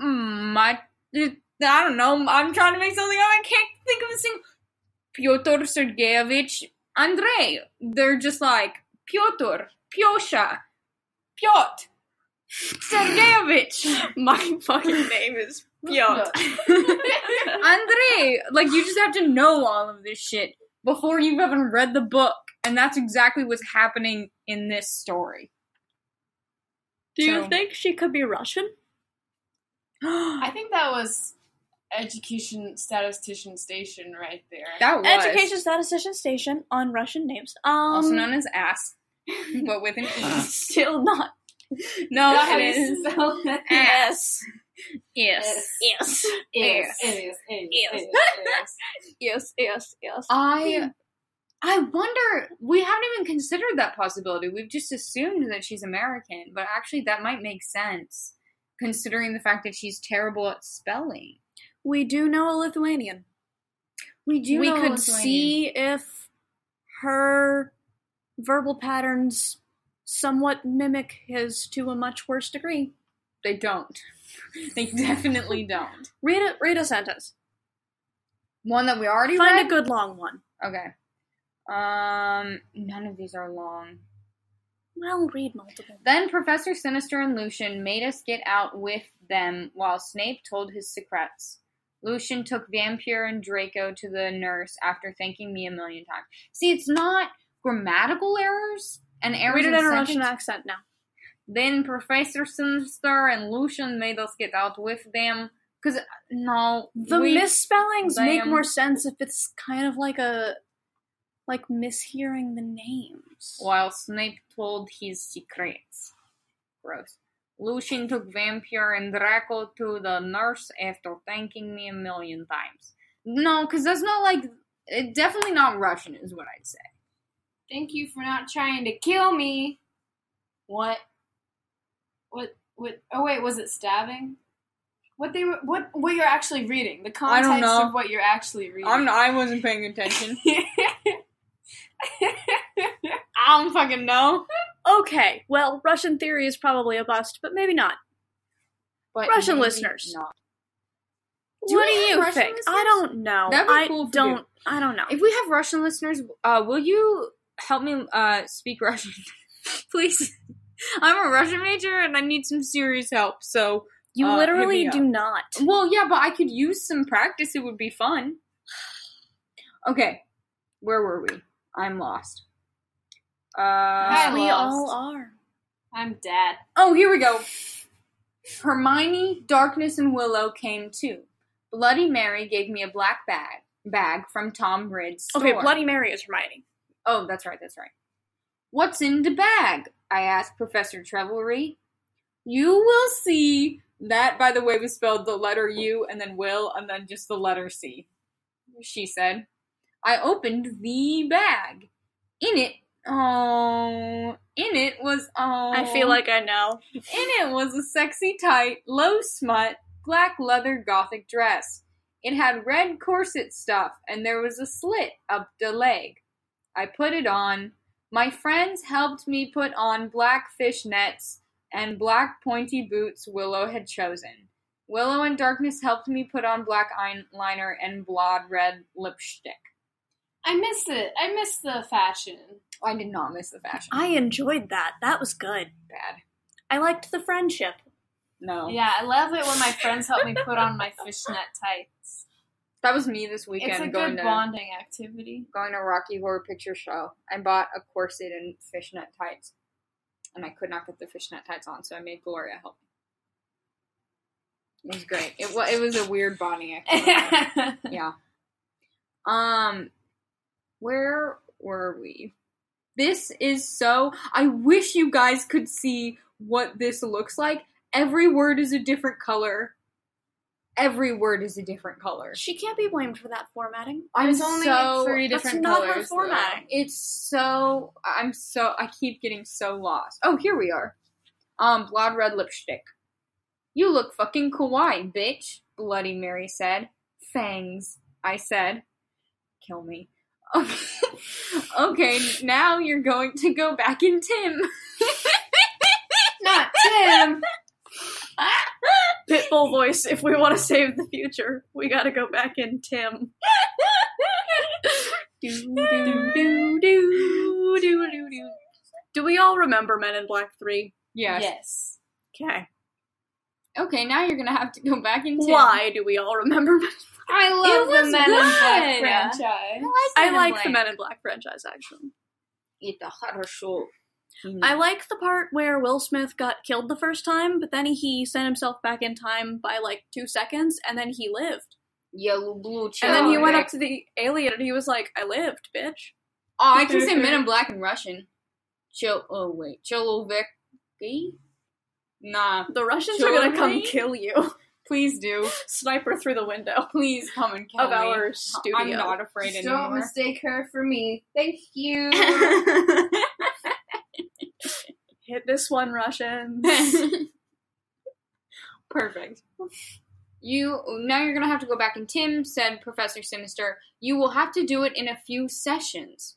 Speaker 2: Mm, I, I don't know. I'm trying to make something up. I can't think of a single. Pyotr Sergeyevich Andrei. They're just like Pyotr, Pyosha, Pyot, Sergeyevich,
Speaker 4: My fucking name is Pyotr.
Speaker 2: Andrei. Like, you just have to know all of this shit before you've even read the book. And that's exactly what's happening in this story. (gasps)
Speaker 4: Do you
Speaker 2: So-
Speaker 4: think she could be Russian?
Speaker 3: I think that was education statistician station right there.
Speaker 2: that was
Speaker 4: Education Statistician Station on Russian names. Um,
Speaker 2: also
Speaker 4: (laughs)
Speaker 2: known as ass, but with an E.
Speaker 4: still not
Speaker 2: No,
Speaker 3: Not how
Speaker 2: it
Speaker 3: you
Speaker 2: is
Speaker 3: spell it.
Speaker 2: ass. Yes.
Speaker 3: Yes.
Speaker 4: yes,
Speaker 2: Yes.
Speaker 3: (laughs) It is, it is,
Speaker 4: Yes.
Speaker 3: it is, it is.
Speaker 4: yes, yes, yes.
Speaker 2: I I wonder we haven't even considered that possibility. We've just assumed that she's American, but actually that might make sense considering the fact that she's terrible at spelling.
Speaker 4: we do know a Lithuanian.
Speaker 2: We do
Speaker 4: we
Speaker 2: know
Speaker 4: could
Speaker 2: Lithuanian.
Speaker 4: see if her verbal patterns somewhat mimic his to a much worse degree.
Speaker 2: they don't. (laughs) They definitely don't.
Speaker 4: Read a read a sentence.
Speaker 2: One that we already
Speaker 4: Find
Speaker 2: read.
Speaker 4: a good long one.
Speaker 2: okay. Um none of these are long.
Speaker 4: Well, read multiple.
Speaker 2: Then Professor Sinister and Lucian made us get out with them while Snape told his secrets. Lucian took Vampire and Draco to the nurse after thanking me a million times. See, it's not grammatical errors and errors.
Speaker 4: Read it
Speaker 2: in
Speaker 4: in a
Speaker 2: sentence.
Speaker 4: Russian accent now.
Speaker 2: Then Professor Sinister and Lucian made us get out with them because no,
Speaker 4: The
Speaker 2: we-
Speaker 4: misspellings make
Speaker 2: them.
Speaker 4: more sense if it's kind of like a like mishearing the names.
Speaker 2: while Snape told his secrets. Gross. Lucian took Vampire and Draco to the nurse after thanking me a million times. No, because that's not like. It, definitely not Russian, is what I'd say.
Speaker 3: Thank you for not trying to kill me. What? What? What? Oh wait, was it stabbing? What they were? What? What you're actually reading? The
Speaker 2: I
Speaker 3: context
Speaker 2: don't know.
Speaker 3: of what you're actually reading. (laughs)
Speaker 2: I wasn't paying attention. (laughs) I don't fucking know.
Speaker 4: Okay, well, Russian theory is probably a bust, but maybe not.
Speaker 2: But
Speaker 4: Russian
Speaker 2: maybe
Speaker 4: listeners.
Speaker 2: not.
Speaker 4: what
Speaker 2: we
Speaker 4: do
Speaker 2: have
Speaker 4: you
Speaker 2: Russian
Speaker 4: think?
Speaker 2: listeners?
Speaker 4: I don't know.
Speaker 2: That'd be
Speaker 4: I
Speaker 2: cool if we do.
Speaker 4: don't. I don't know.
Speaker 2: If we have Russian listeners, uh, will you help me uh, speak Russian, (laughs) please? (laughs) I'm a Russian major and I need some serious help. So,
Speaker 4: you
Speaker 2: uh, hit
Speaker 4: literally
Speaker 2: me
Speaker 4: do not.
Speaker 2: well, yeah, but I could use some practice. It would be fun. (sighs) Okay, where were we? I'm lost.
Speaker 3: I
Speaker 2: Uh,
Speaker 4: we
Speaker 3: lost.
Speaker 4: all are.
Speaker 3: I'm dead.
Speaker 2: oh, here we go. Hermione, Darkness, and Willow came too. Bloody Mary gave me a black bag bag from Tom Ridd's store.
Speaker 4: Okay, Bloody Mary is Hermione.
Speaker 2: Oh, that's right, that's right. What's in the bag? I asked Professor Trevelry. You will see. That, by the way, was spelled the letter U and then will and then just the letter C, she said. I opened the bag. In it, oh, in it was, oh.
Speaker 4: I feel like I know.
Speaker 2: In it was a sexy, tight, low smut, black leather gothic dress. It had red corset stuff, and there was a slit up the leg. I put it on. My friends helped me put on black fish nets and black pointy boots Willow had chosen. Willow and Darkness helped me put on black eyeliner and blood red lipstick.
Speaker 3: I missed it. I missed the fashion.
Speaker 2: I did not miss the fashion.
Speaker 4: I enjoyed that. That was good.
Speaker 2: Bad.
Speaker 4: I liked the friendship.
Speaker 2: No.
Speaker 3: Yeah, I love it when my friends help me put on my fishnet
Speaker 4: (laughs)
Speaker 3: tights.
Speaker 2: That was me this weekend
Speaker 3: It's a
Speaker 2: going
Speaker 3: good
Speaker 2: to
Speaker 3: bonding activity.
Speaker 2: going to Rocky Horror Picture Show. I bought a corset and fishnet tights, and I could not get the fishnet tights on, so I made Gloria help me. It was great. It was it was a weird bonding
Speaker 3: (laughs)
Speaker 2: activity. yeah. Um, where were we? This is so. I wish you guys could see what this looks like. Every word is a different color. Every word is a different color.
Speaker 4: She can't be blamed for that formatting.
Speaker 2: I'm
Speaker 3: There's only
Speaker 2: so
Speaker 3: like three
Speaker 4: that's
Speaker 3: different
Speaker 4: not her
Speaker 3: colors. though.
Speaker 4: formatting.
Speaker 2: it's so I'm so I keep getting so lost. Oh, here we are. Um, blood red lipstick. You look fucking kawaii, bitch. Bloody Mary said. Fangs. I said. Kill me. (laughs) Okay, okay now you're going to go back in Tim.
Speaker 3: Not Tim.
Speaker 4: Pitbull voice. If we want to save the future, we gotta go back in (laughs) Tim. do, do, do, do, do, do, do. Do we all remember Men in Black 3?
Speaker 2: (laughs) Yes.
Speaker 3: yes.
Speaker 4: Okay.
Speaker 2: Okay, now you're gonna have to go back in Tim.
Speaker 4: Why do we all remember (laughs) Men
Speaker 3: I love
Speaker 2: was
Speaker 3: the Men in
Speaker 2: good.
Speaker 3: Black franchise.
Speaker 4: I like the Men in Black franchise, actually.
Speaker 2: Eat the hotter show.
Speaker 4: I like the part where Will Smith got killed the first time, but then he sent himself back in time by like two seconds, and then he lived.
Speaker 2: yellow blue.
Speaker 4: and then he
Speaker 2: chick.
Speaker 4: went up to the alien and he was like, I lived, bitch.
Speaker 2: Oh, I can say Men in Black in Russian. Chil oh wait, Chiloviki? Nah,
Speaker 4: The Russians are gonna come
Speaker 2: Jewelry?
Speaker 4: kill you. (laughs)
Speaker 2: please do.
Speaker 4: Sniper through the window
Speaker 2: Please come and kill
Speaker 4: of
Speaker 2: me.
Speaker 4: our studio.
Speaker 2: I'm not afraid
Speaker 3: Just
Speaker 2: anymore. (laughs)
Speaker 3: don't mistake her for me. Thank you. Oh,
Speaker 4: Hit this one, Russians. (laughs)
Speaker 2: Perfect. You now you're gonna have to go back and Tim said Professor Sinister, you will have to do it in a few sessions.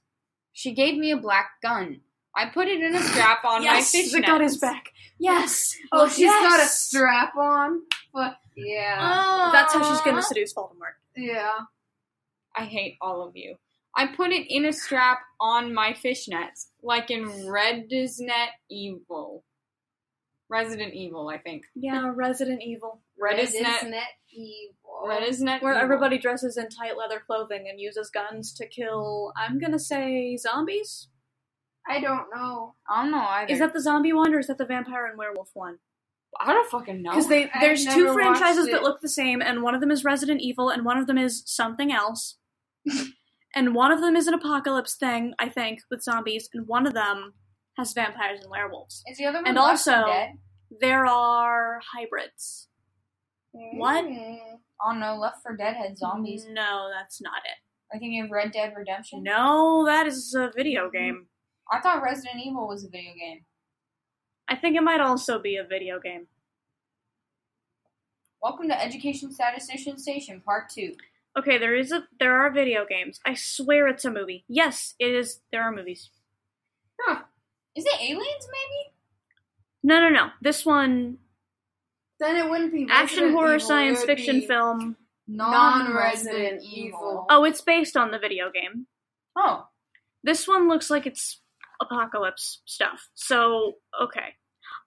Speaker 2: She gave me a black gun. I put it in a strap on
Speaker 4: yes,
Speaker 2: my
Speaker 4: the
Speaker 2: fishnet.
Speaker 4: gun is back. Yes.
Speaker 3: oh,
Speaker 4: she's
Speaker 3: she's got a strap on. But yeah,
Speaker 4: That's how she's gonna seduce Voldemort.
Speaker 3: yeah.
Speaker 2: I hate all of you. I put it in a strap on my fishnets, like in Redisnet Evil. Resident Evil, I think.
Speaker 4: Yeah, Resident Evil.
Speaker 2: Redisnet.
Speaker 3: evil?
Speaker 2: Redisnet.
Speaker 4: Where
Speaker 2: Evil.
Speaker 4: everybody dresses in tight leather clothing and uses guns to kill, I'm gonna say zombies?
Speaker 3: I don't know.
Speaker 2: I don't know either.
Speaker 4: Is that the zombie one or is that the vampire and werewolf one?
Speaker 2: I don't fucking know.
Speaker 4: Because they
Speaker 3: I've
Speaker 4: there's
Speaker 3: never
Speaker 4: two
Speaker 3: watched
Speaker 4: franchises
Speaker 3: it.
Speaker 4: that look the same, and one of them is Resident Evil, and one of them is something else, (laughs) and one of them is an apocalypse thing, I think, with zombies, and one of them has vampires and werewolves.
Speaker 3: Is the other one
Speaker 4: And
Speaker 3: Left
Speaker 4: also-
Speaker 3: Dead?
Speaker 4: There are hybrids. what?
Speaker 3: Mm.
Speaker 2: oh no, Left for Dead had zombies.
Speaker 4: No, that's not it.
Speaker 2: I think of Red Dead Redemption.
Speaker 4: No, that is a
Speaker 3: Mm-hmm.
Speaker 4: video game.
Speaker 2: I thought Resident Evil was a video game.
Speaker 4: I think it might also be a video game.
Speaker 2: Welcome to Education Statistician Station Part Two.
Speaker 4: Okay, there is a there are video games. I swear it's a movie. Yes, it is. There are movies.
Speaker 2: Is it aliens? Maybe.
Speaker 4: No, no, no. This one
Speaker 3: Then it wouldn't be
Speaker 4: action
Speaker 3: Resident
Speaker 4: horror
Speaker 3: Evil, it
Speaker 4: science
Speaker 3: would
Speaker 4: fiction
Speaker 3: be
Speaker 4: film.
Speaker 3: Non-Resident Evil.
Speaker 4: Oh, it's based on the video game.
Speaker 2: Oh,
Speaker 4: This one looks like it's apocalypse stuff. So, okay.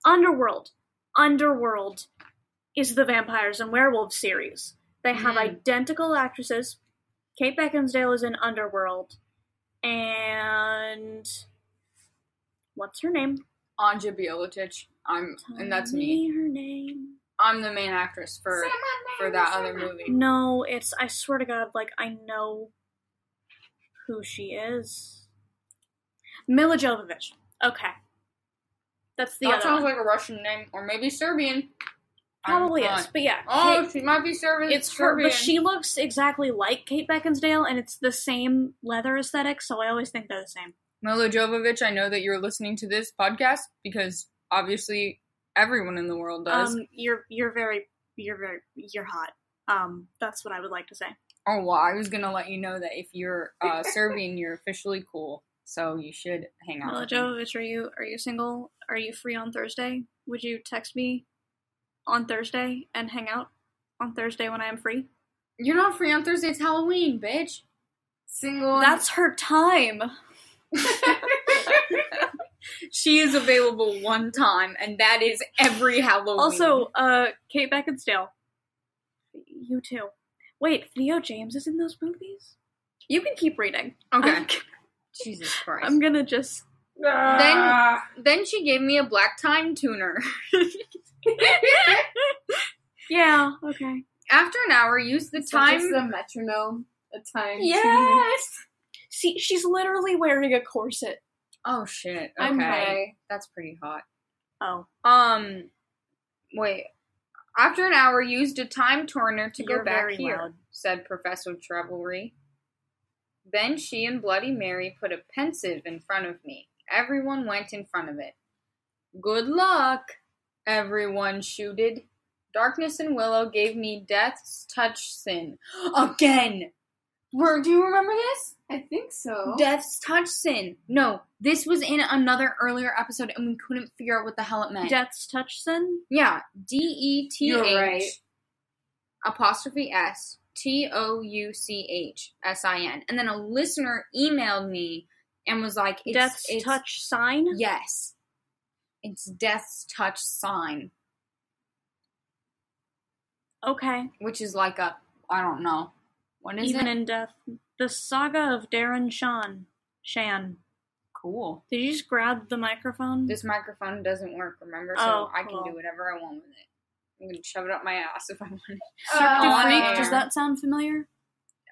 Speaker 4: Underworld. Underworld is the vampires and werewolves series. They have
Speaker 3: Mm-hmm.
Speaker 2: Mm.
Speaker 4: identical actresses. Kate Beckinsdale is in Underworld. And what's her name?
Speaker 2: Anja Bioletic. I'm, and that's
Speaker 4: Tell
Speaker 2: me.
Speaker 4: Her name.
Speaker 2: I'm the main actress for
Speaker 3: Someone
Speaker 2: for
Speaker 3: named
Speaker 2: that
Speaker 3: someone.
Speaker 2: other movie.
Speaker 4: No, it's I swear to God, like I know who she is. Mila Jovovich. Okay, that's the
Speaker 2: that
Speaker 4: other
Speaker 2: sounds
Speaker 4: one.
Speaker 2: like a Russian name, or maybe Serbian. I'm
Speaker 4: Probably
Speaker 2: fine.
Speaker 4: is, but yeah,
Speaker 2: Oh,
Speaker 4: Kate-
Speaker 2: she might be Serbian.
Speaker 4: it's her.
Speaker 2: Oh, Serbian.
Speaker 4: But she looks exactly like Kate Beckinsdale, and it's the same leather aesthetic, so I always think they're the same.
Speaker 2: Milo Jovovich, I know that you're listening to this podcast because obviously everyone in the world does.
Speaker 4: Um, you're you're very you're very you're hot. Um, that's what I would like to say. (laughs)
Speaker 2: oh, well, I was gonna let you know that if you're uh, Serbian, you're officially cool. so you should hang out. with them.
Speaker 4: Milojovich, are you are you single? Are you free on Thursday? Would you text me on Thursday and hang out on Thursday when I am free?
Speaker 2: You're not free on Thursday. It's Halloween, bitch.
Speaker 3: Single. (laughs)
Speaker 4: That's her time.
Speaker 2: (laughs) She is available one time, and that is every Halloween.
Speaker 4: Also, uh, Kate Beckinsdale. You too. Wait, Theo James is in those movies. You can keep reading. (laughs)
Speaker 2: okay. Jesus Christ.
Speaker 4: I'm gonna just.
Speaker 2: Then, then she gave me a black time tuner. (laughs)
Speaker 4: Yeah. Okay.
Speaker 2: After an hour, use the
Speaker 3: time.
Speaker 2: time.
Speaker 3: the metronome. A time.
Speaker 2: yes.
Speaker 4: See, she's literally wearing a corset.
Speaker 2: Oh shit. Okay.
Speaker 3: I'm gay.
Speaker 2: That's pretty hot.
Speaker 4: Oh.
Speaker 2: Um, wait. After an hour, used a time turner to
Speaker 4: You're
Speaker 2: go back
Speaker 4: very
Speaker 2: here,"
Speaker 4: loud.
Speaker 2: said Professor Trevelry. Then she and Bloody Mary put a pensive in front of me. Everyone went in front of it. Good luck, everyone shooted. Darkness and Willow gave me Death's Touch Sin. (gasps) Again! Where, do you remember this?
Speaker 3: I think so.
Speaker 2: Death's Touch Sin. No, this was in another earlier episode and we couldn't figure out what the hell it meant.
Speaker 4: Death's Touchson.
Speaker 2: Yeah, D E T
Speaker 3: You're right.
Speaker 2: H apostrophe S T O U C H S I N. And then a listener emailed me and was like, it's,
Speaker 4: Death's
Speaker 2: it's-
Speaker 4: Touch Sign.
Speaker 2: Yes. It's Death's Touch Sign,
Speaker 4: Okay.
Speaker 2: which is like a, I don't know. What is
Speaker 4: Even
Speaker 2: it?
Speaker 4: in death, the saga of Darren Shan. Shan.
Speaker 2: cool.
Speaker 4: Did you just grab the microphone?
Speaker 2: This microphone doesn't work, remember?
Speaker 4: Oh,
Speaker 2: so I can
Speaker 4: cool.
Speaker 2: do whatever I want with it. I'm going to shove it up my ass if I want it.
Speaker 3: Uh,
Speaker 4: Cirque du
Speaker 2: Oh,
Speaker 4: Freak.
Speaker 2: yeah.
Speaker 4: Does that sound familiar?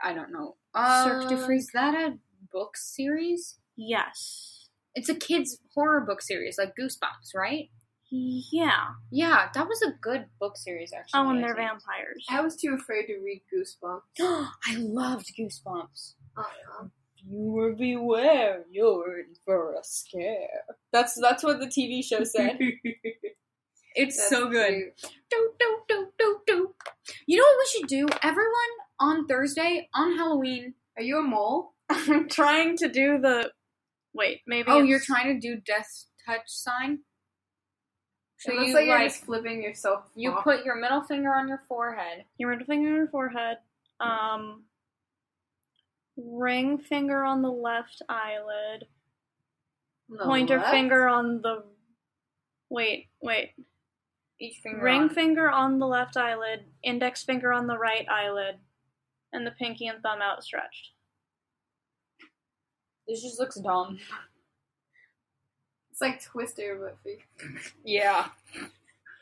Speaker 2: I don't know.
Speaker 4: Cirque du
Speaker 2: Uh,
Speaker 4: Freak.
Speaker 2: Is that a book series?
Speaker 4: Yes.
Speaker 2: It's a kids horror book series, like Goosebumps, right?
Speaker 4: Yeah.
Speaker 2: Yeah, that was a good book series actually.
Speaker 4: Oh, and
Speaker 2: I
Speaker 4: they're
Speaker 2: think.
Speaker 4: vampires.
Speaker 3: I was too afraid to read Goosebumps.
Speaker 2: (gasps) I loved Goosebumps.
Speaker 3: Uh-huh.
Speaker 2: Viewer beware, you're in for a scare. That's that's what the TV show (laughs) said. it's
Speaker 3: That's
Speaker 2: so good.
Speaker 3: cute.
Speaker 2: Do, do, do, do, do. You know what we should do? Everyone on Thursday on Halloween.
Speaker 3: Are you
Speaker 2: (laughs)
Speaker 3: a mole?
Speaker 4: I'm trying to do the. Wait, maybe.
Speaker 2: Oh,
Speaker 4: it's-
Speaker 2: you're trying to do death touch sign. So
Speaker 3: it looks
Speaker 2: you
Speaker 3: like
Speaker 2: like,
Speaker 3: you're just flipping yourself.
Speaker 2: you
Speaker 3: off.
Speaker 2: put your middle finger on your forehead.
Speaker 4: Your middle finger on your forehead. Um. Ring finger on the left eyelid.
Speaker 3: The
Speaker 4: pointer
Speaker 3: what?
Speaker 4: finger on the. Wait, wait.
Speaker 2: Each finger.
Speaker 4: Ring
Speaker 2: on.
Speaker 4: finger on the left eyelid, index finger on the right eyelid, and the pinky and thumb outstretched.
Speaker 2: This just looks dumb.
Speaker 3: It's like Twister, but for
Speaker 2: Yeah.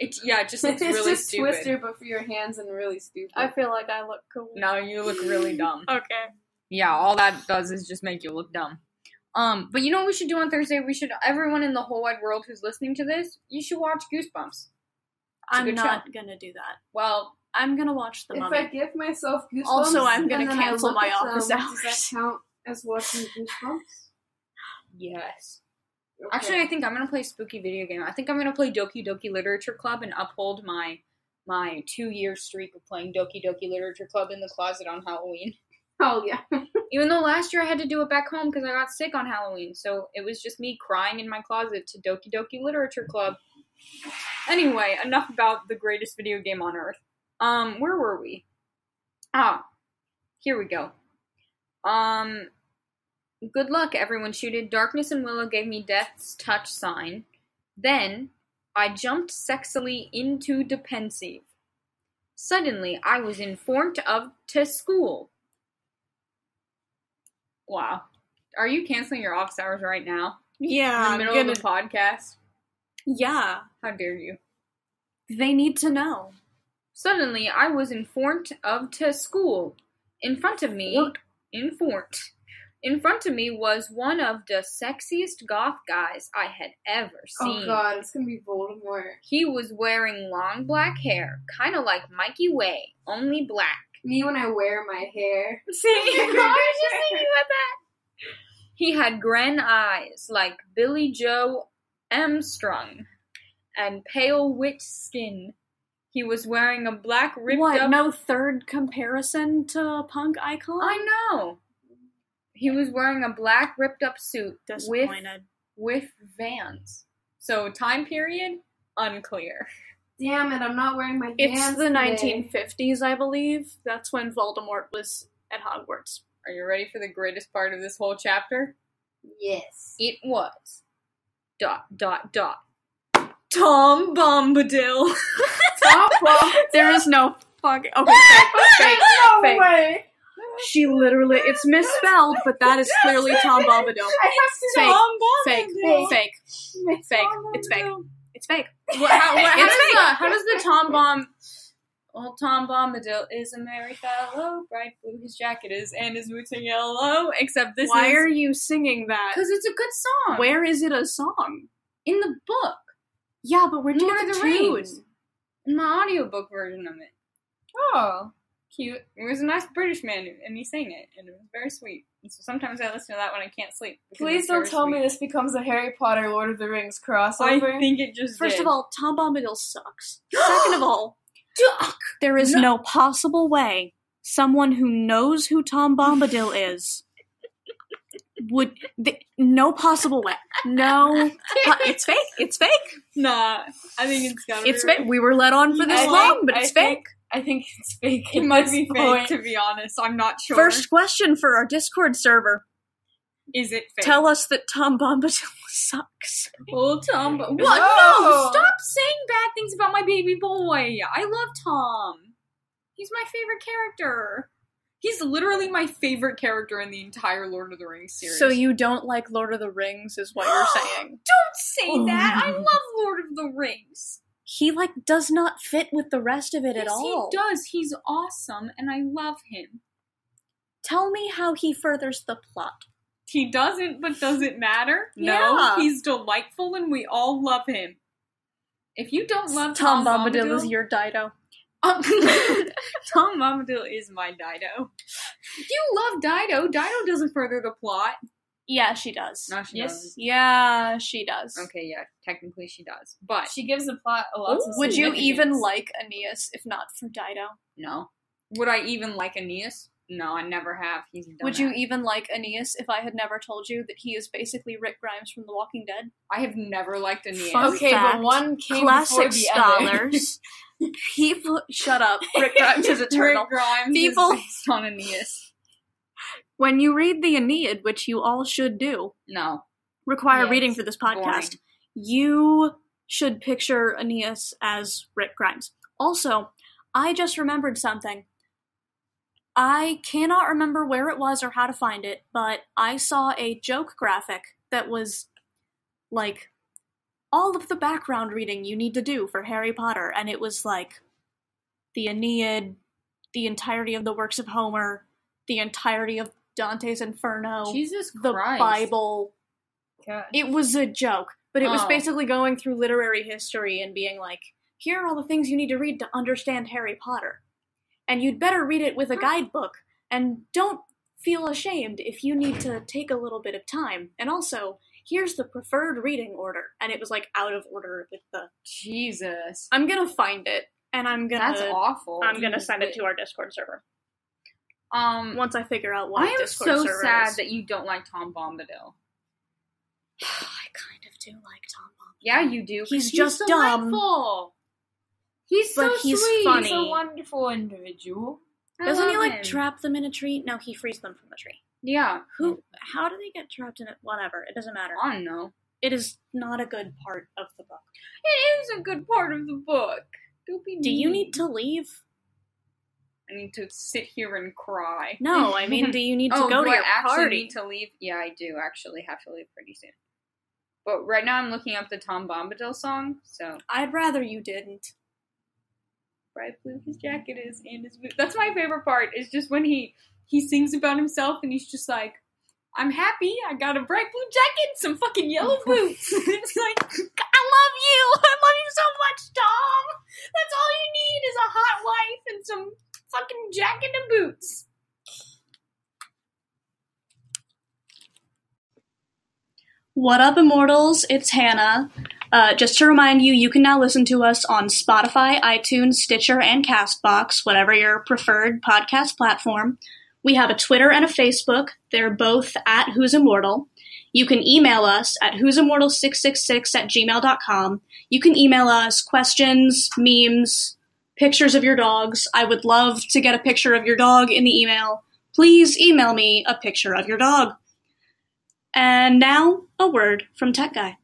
Speaker 2: It's yeah, it just
Speaker 3: (laughs) it's just Twister, but for your hands and really stupid.
Speaker 4: I feel like I look cool.
Speaker 2: No, you look really dumb.
Speaker 4: Okay.
Speaker 2: Yeah, all that does is just make you look dumb. Um, but you know what we should do on Thursday? We should everyone in the whole wide world who's listening to this, you should watch Goosebumps. a
Speaker 4: I'm
Speaker 2: good
Speaker 4: not gonna do that.
Speaker 2: Well,
Speaker 4: I'm gonna watch the
Speaker 3: if
Speaker 4: mummy.
Speaker 3: I give myself goosebumps,
Speaker 4: Also, I'm
Speaker 3: and
Speaker 4: gonna
Speaker 3: then I
Speaker 4: cancel
Speaker 3: look
Speaker 4: my
Speaker 3: at them,
Speaker 4: office
Speaker 3: does
Speaker 4: hours.
Speaker 3: that count as watching
Speaker 4: (laughs)
Speaker 3: goosebumps?
Speaker 2: yes.
Speaker 3: Okay.
Speaker 2: Actually, I think I'm gonna play a spooky video game. I think I'm gonna play Doki Doki Literature Club and uphold my my two year streak of playing Doki Doki Literature Club in the closet on Halloween.
Speaker 3: oh yeah, (laughs)
Speaker 2: Even though last year I had to do it back home because I got sick on Halloween, so it was just me crying in my closet to Doki Doki Literature Club. Anyway, enough about the greatest video game on earth. Um, where were we? Ah, here we go. Um, good luck, everyone shooted. Darkness and Willow gave me Death's touch sign. Then I jumped sexily into defensive. Suddenly, I was informed of to school. Wow. Are you canceling your office hours right now? In the
Speaker 3: Uh,
Speaker 4: yeah, I'm
Speaker 2: middle
Speaker 4: gonna.
Speaker 2: of a podcast?
Speaker 4: yeah,
Speaker 2: How dare you?
Speaker 4: they need to know.
Speaker 2: Suddenly, I was informed of to school. In front of me, informed. In front of me was one of the sexiest goth guys I had ever seen.
Speaker 3: oh god, it's gonna be Voldemort.
Speaker 2: He was wearing long black hair, kind of like Mikey Way, only black.
Speaker 3: Me when I wear my hair.
Speaker 4: (laughs)
Speaker 3: (laughs)
Speaker 2: See, I was just thinking about that. He had grand eyes like Billy Joe Armstrong and pale witch skin. He was wearing a black ripped
Speaker 4: what?
Speaker 2: up.
Speaker 4: No third comparison to a punk icon.
Speaker 2: I know. He was wearing a black ripped up suit with
Speaker 5: Disappointed.
Speaker 2: with Vans. So time period unclear.
Speaker 3: Damn it! I'm not wearing my.
Speaker 4: It's
Speaker 3: Vans
Speaker 4: the
Speaker 3: today.
Speaker 4: 1950s, I believe. That's when Voldemort was at Hogwarts.
Speaker 2: Are you ready for the greatest part of this whole chapter?
Speaker 4: (laughs)
Speaker 3: Yes.
Speaker 2: It was dot dot dot Tom Bombadil.
Speaker 3: Stop. (laughs)
Speaker 4: There is no fucking. Okay, fake, fake,
Speaker 3: no
Speaker 4: fake.
Speaker 3: way.
Speaker 4: She literally. It's misspelled, but that is clearly Tom Bombadil.
Speaker 3: I have to
Speaker 4: Fake.
Speaker 3: know.
Speaker 4: Fake,
Speaker 3: Fake.
Speaker 4: fake,
Speaker 3: Fake.
Speaker 4: fake. It's fake. It's fake.
Speaker 2: What, how, what, how,
Speaker 4: It's
Speaker 2: does
Speaker 4: fake.
Speaker 2: the, how does the Tom Bomb? Old Tom Bombadil is a merry fellow, bright blue his jacket is, and his boots are yellow. Except this
Speaker 4: Why
Speaker 2: is
Speaker 4: are you singing that?
Speaker 2: because it's a good song.
Speaker 4: Where is it a song?
Speaker 2: in the book,
Speaker 4: Yeah, but we're
Speaker 2: Lord
Speaker 4: doing
Speaker 2: of
Speaker 4: the
Speaker 2: the
Speaker 4: tune.
Speaker 2: Rings, in my audiobook version of it.
Speaker 3: Oh.
Speaker 2: Cute. It was a nice British man, and he sang it, and it was very sweet. And so sometimes I listen to that when I can't sleep. because
Speaker 3: Please
Speaker 2: it's
Speaker 3: don't
Speaker 2: very
Speaker 3: tell me
Speaker 2: sweet.
Speaker 3: this becomes a Harry Potter Lord of the Rings
Speaker 2: I
Speaker 3: crossover.
Speaker 2: think it just
Speaker 4: First
Speaker 2: did.
Speaker 4: of all, Tom Bombadil sucks. (gasps) Second of all, there is no. possible way someone who knows who Tom Bombadil is would th- no possible way. (laughs) No, po- it's fake. It's fake.
Speaker 2: nah, I think it's gotta
Speaker 4: It's
Speaker 2: be
Speaker 4: fake. We were let on for this
Speaker 3: I
Speaker 4: long,
Speaker 3: think-
Speaker 4: but
Speaker 3: I
Speaker 4: it's fake.
Speaker 3: think- I think it's fake.
Speaker 2: It might be fake,
Speaker 3: Point.
Speaker 2: to be honest. I'm not sure.
Speaker 4: First question for our Discord server:
Speaker 2: is it fake?
Speaker 4: Tell us that Tom Bombadil (laughs) sucks.
Speaker 2: Old Tom. Bo-
Speaker 3: No.
Speaker 2: what? No! Stop saying bad things about my baby boy. I love Tom. He's my favorite character. He's literally my favorite character in the entire Lord of the Rings series.
Speaker 4: So you don't like Lord of the Rings, is what you're saying?
Speaker 2: don't
Speaker 4: Oh.
Speaker 2: say that. I love Lord of the Rings.
Speaker 4: He like does not fit with the rest of it at
Speaker 2: yes,
Speaker 4: all.
Speaker 2: he does. He's awesome, and I love him.
Speaker 4: Tell me how he furthers the plot.
Speaker 2: He doesn't, but does it matter?
Speaker 4: Yeah.
Speaker 2: No, he's delightful, and we all love him. If you don't love
Speaker 4: Tom,
Speaker 2: Tom,
Speaker 4: Bombadil, is your Dido.
Speaker 2: Um, (laughs) Tom Bombadil is my Dido. You love Dido. Dido doesn't further the plot.
Speaker 4: Yeah, she does.
Speaker 2: No, she
Speaker 3: Yes.
Speaker 2: doesn't.
Speaker 4: Yeah, she does.
Speaker 2: Okay, yeah, technically she does, but
Speaker 3: She gives the plot a lot.
Speaker 2: Ooh.
Speaker 3: of
Speaker 4: Would you
Speaker 2: Significance.
Speaker 4: even like Aeneas if not for Dido?
Speaker 2: no. Would I even like Aeneas? No, I never have. He's a
Speaker 4: Would
Speaker 2: dumbass.
Speaker 4: you even like Aeneas if I had never told you that he is basically Rick Grimes from The Walking Dead?
Speaker 2: I have never liked Aeneas.
Speaker 4: Fun
Speaker 2: (laughs)
Speaker 3: Okay,
Speaker 4: fact,
Speaker 3: but one came before
Speaker 4: Classic
Speaker 3: the other.
Speaker 4: scholars. people. Shut up. Rick Grimes is eternal.
Speaker 2: Rick Grimes
Speaker 4: People-
Speaker 2: is (laughs) based on Aeneas.
Speaker 4: When you read the Aeneid, which you all should do,
Speaker 2: No,
Speaker 4: require
Speaker 3: Yes,
Speaker 4: reading for this podcast,
Speaker 2: boring.
Speaker 4: you should picture Aeneas as Rick Grimes. Also, I just remembered something. I cannot remember where it was or how to find it, but I saw a joke graphic that was like all of the background reading you need to do for Harry Potter, and it was like the Aeneid, the entirety of the works of Homer, the entirety of Dante's Inferno,
Speaker 2: Jesus
Speaker 4: the
Speaker 2: Christ.
Speaker 4: Bible,
Speaker 3: (laughs) God.
Speaker 4: it was a joke, but it was
Speaker 2: Oh.
Speaker 4: basically going through literary history and being like, here are all the things you need to read to understand Harry Potter. And you'd better read it with a guidebook. And don't feel ashamed if you need to take a little bit of time. And also, here's the preferred reading order. And it was like out of order with the.
Speaker 2: Jesus,
Speaker 4: I'm gonna find it, and I'm gonna.
Speaker 2: that's awful.
Speaker 4: I'm gonna send it to our Discord server
Speaker 2: Um,
Speaker 4: once I figure out what
Speaker 2: I am
Speaker 4: Discord
Speaker 2: so
Speaker 4: server
Speaker 2: sad
Speaker 4: is.
Speaker 2: that you don't like Tom Bombadil.
Speaker 4: (sighs) I kind of do like Tom Bombadil.
Speaker 2: Yeah, you do. 'cause
Speaker 4: He's just dumb.
Speaker 2: delightful. He's so
Speaker 4: But he's
Speaker 2: sweet.
Speaker 4: funny.
Speaker 3: He's a wonderful individual.
Speaker 2: I
Speaker 4: Doesn't he
Speaker 2: love
Speaker 4: like
Speaker 2: him.
Speaker 4: trap them in a tree? No, he frees them from a tree.
Speaker 2: Yeah,
Speaker 4: Who? How do they get trapped in it? Whatever. It doesn't matter.
Speaker 2: I don't know.
Speaker 4: It is not a good part of the book.
Speaker 2: It is a good part of the book. Don't be
Speaker 4: Do you
Speaker 2: mean.
Speaker 4: need to leave?
Speaker 2: I need to sit here and cry.
Speaker 4: No, I mean, do you need to
Speaker 2: (laughs) oh,
Speaker 4: go
Speaker 2: do
Speaker 4: to
Speaker 2: I
Speaker 4: your
Speaker 2: actually
Speaker 4: party?
Speaker 2: need to leave? Yeah, I do actually have to leave pretty soon. But right now I'm looking up the Tom Bombadil song. So
Speaker 4: I'd rather you didn't.
Speaker 2: bright blue his jacket is and his boot. That's my favorite part. Is just when he he sings about himself and he's just like. I'm happy. I got a bright blue jacket, and some fucking yellow boots. (laughs) it's like I love you. (laughs) I love you so much, Tom. That's all you need is a hot wife and some fucking jacket and boots.
Speaker 4: What up, immortals? It's Hannah. Uh, just to remind you, you can now listen to us on Spotify, iTunes, Stitcher, and Castbox, whatever your preferred podcast platform. We have a Twitter and a Facebook. They're both at Who's Immortal. You can email us at who'simmortal666 at gmail.com. You can email us questions, memes, pictures of your dogs. I would love to get a picture of your dog in the email. Please email me a picture of your dog. And now, a word from Tech Guy.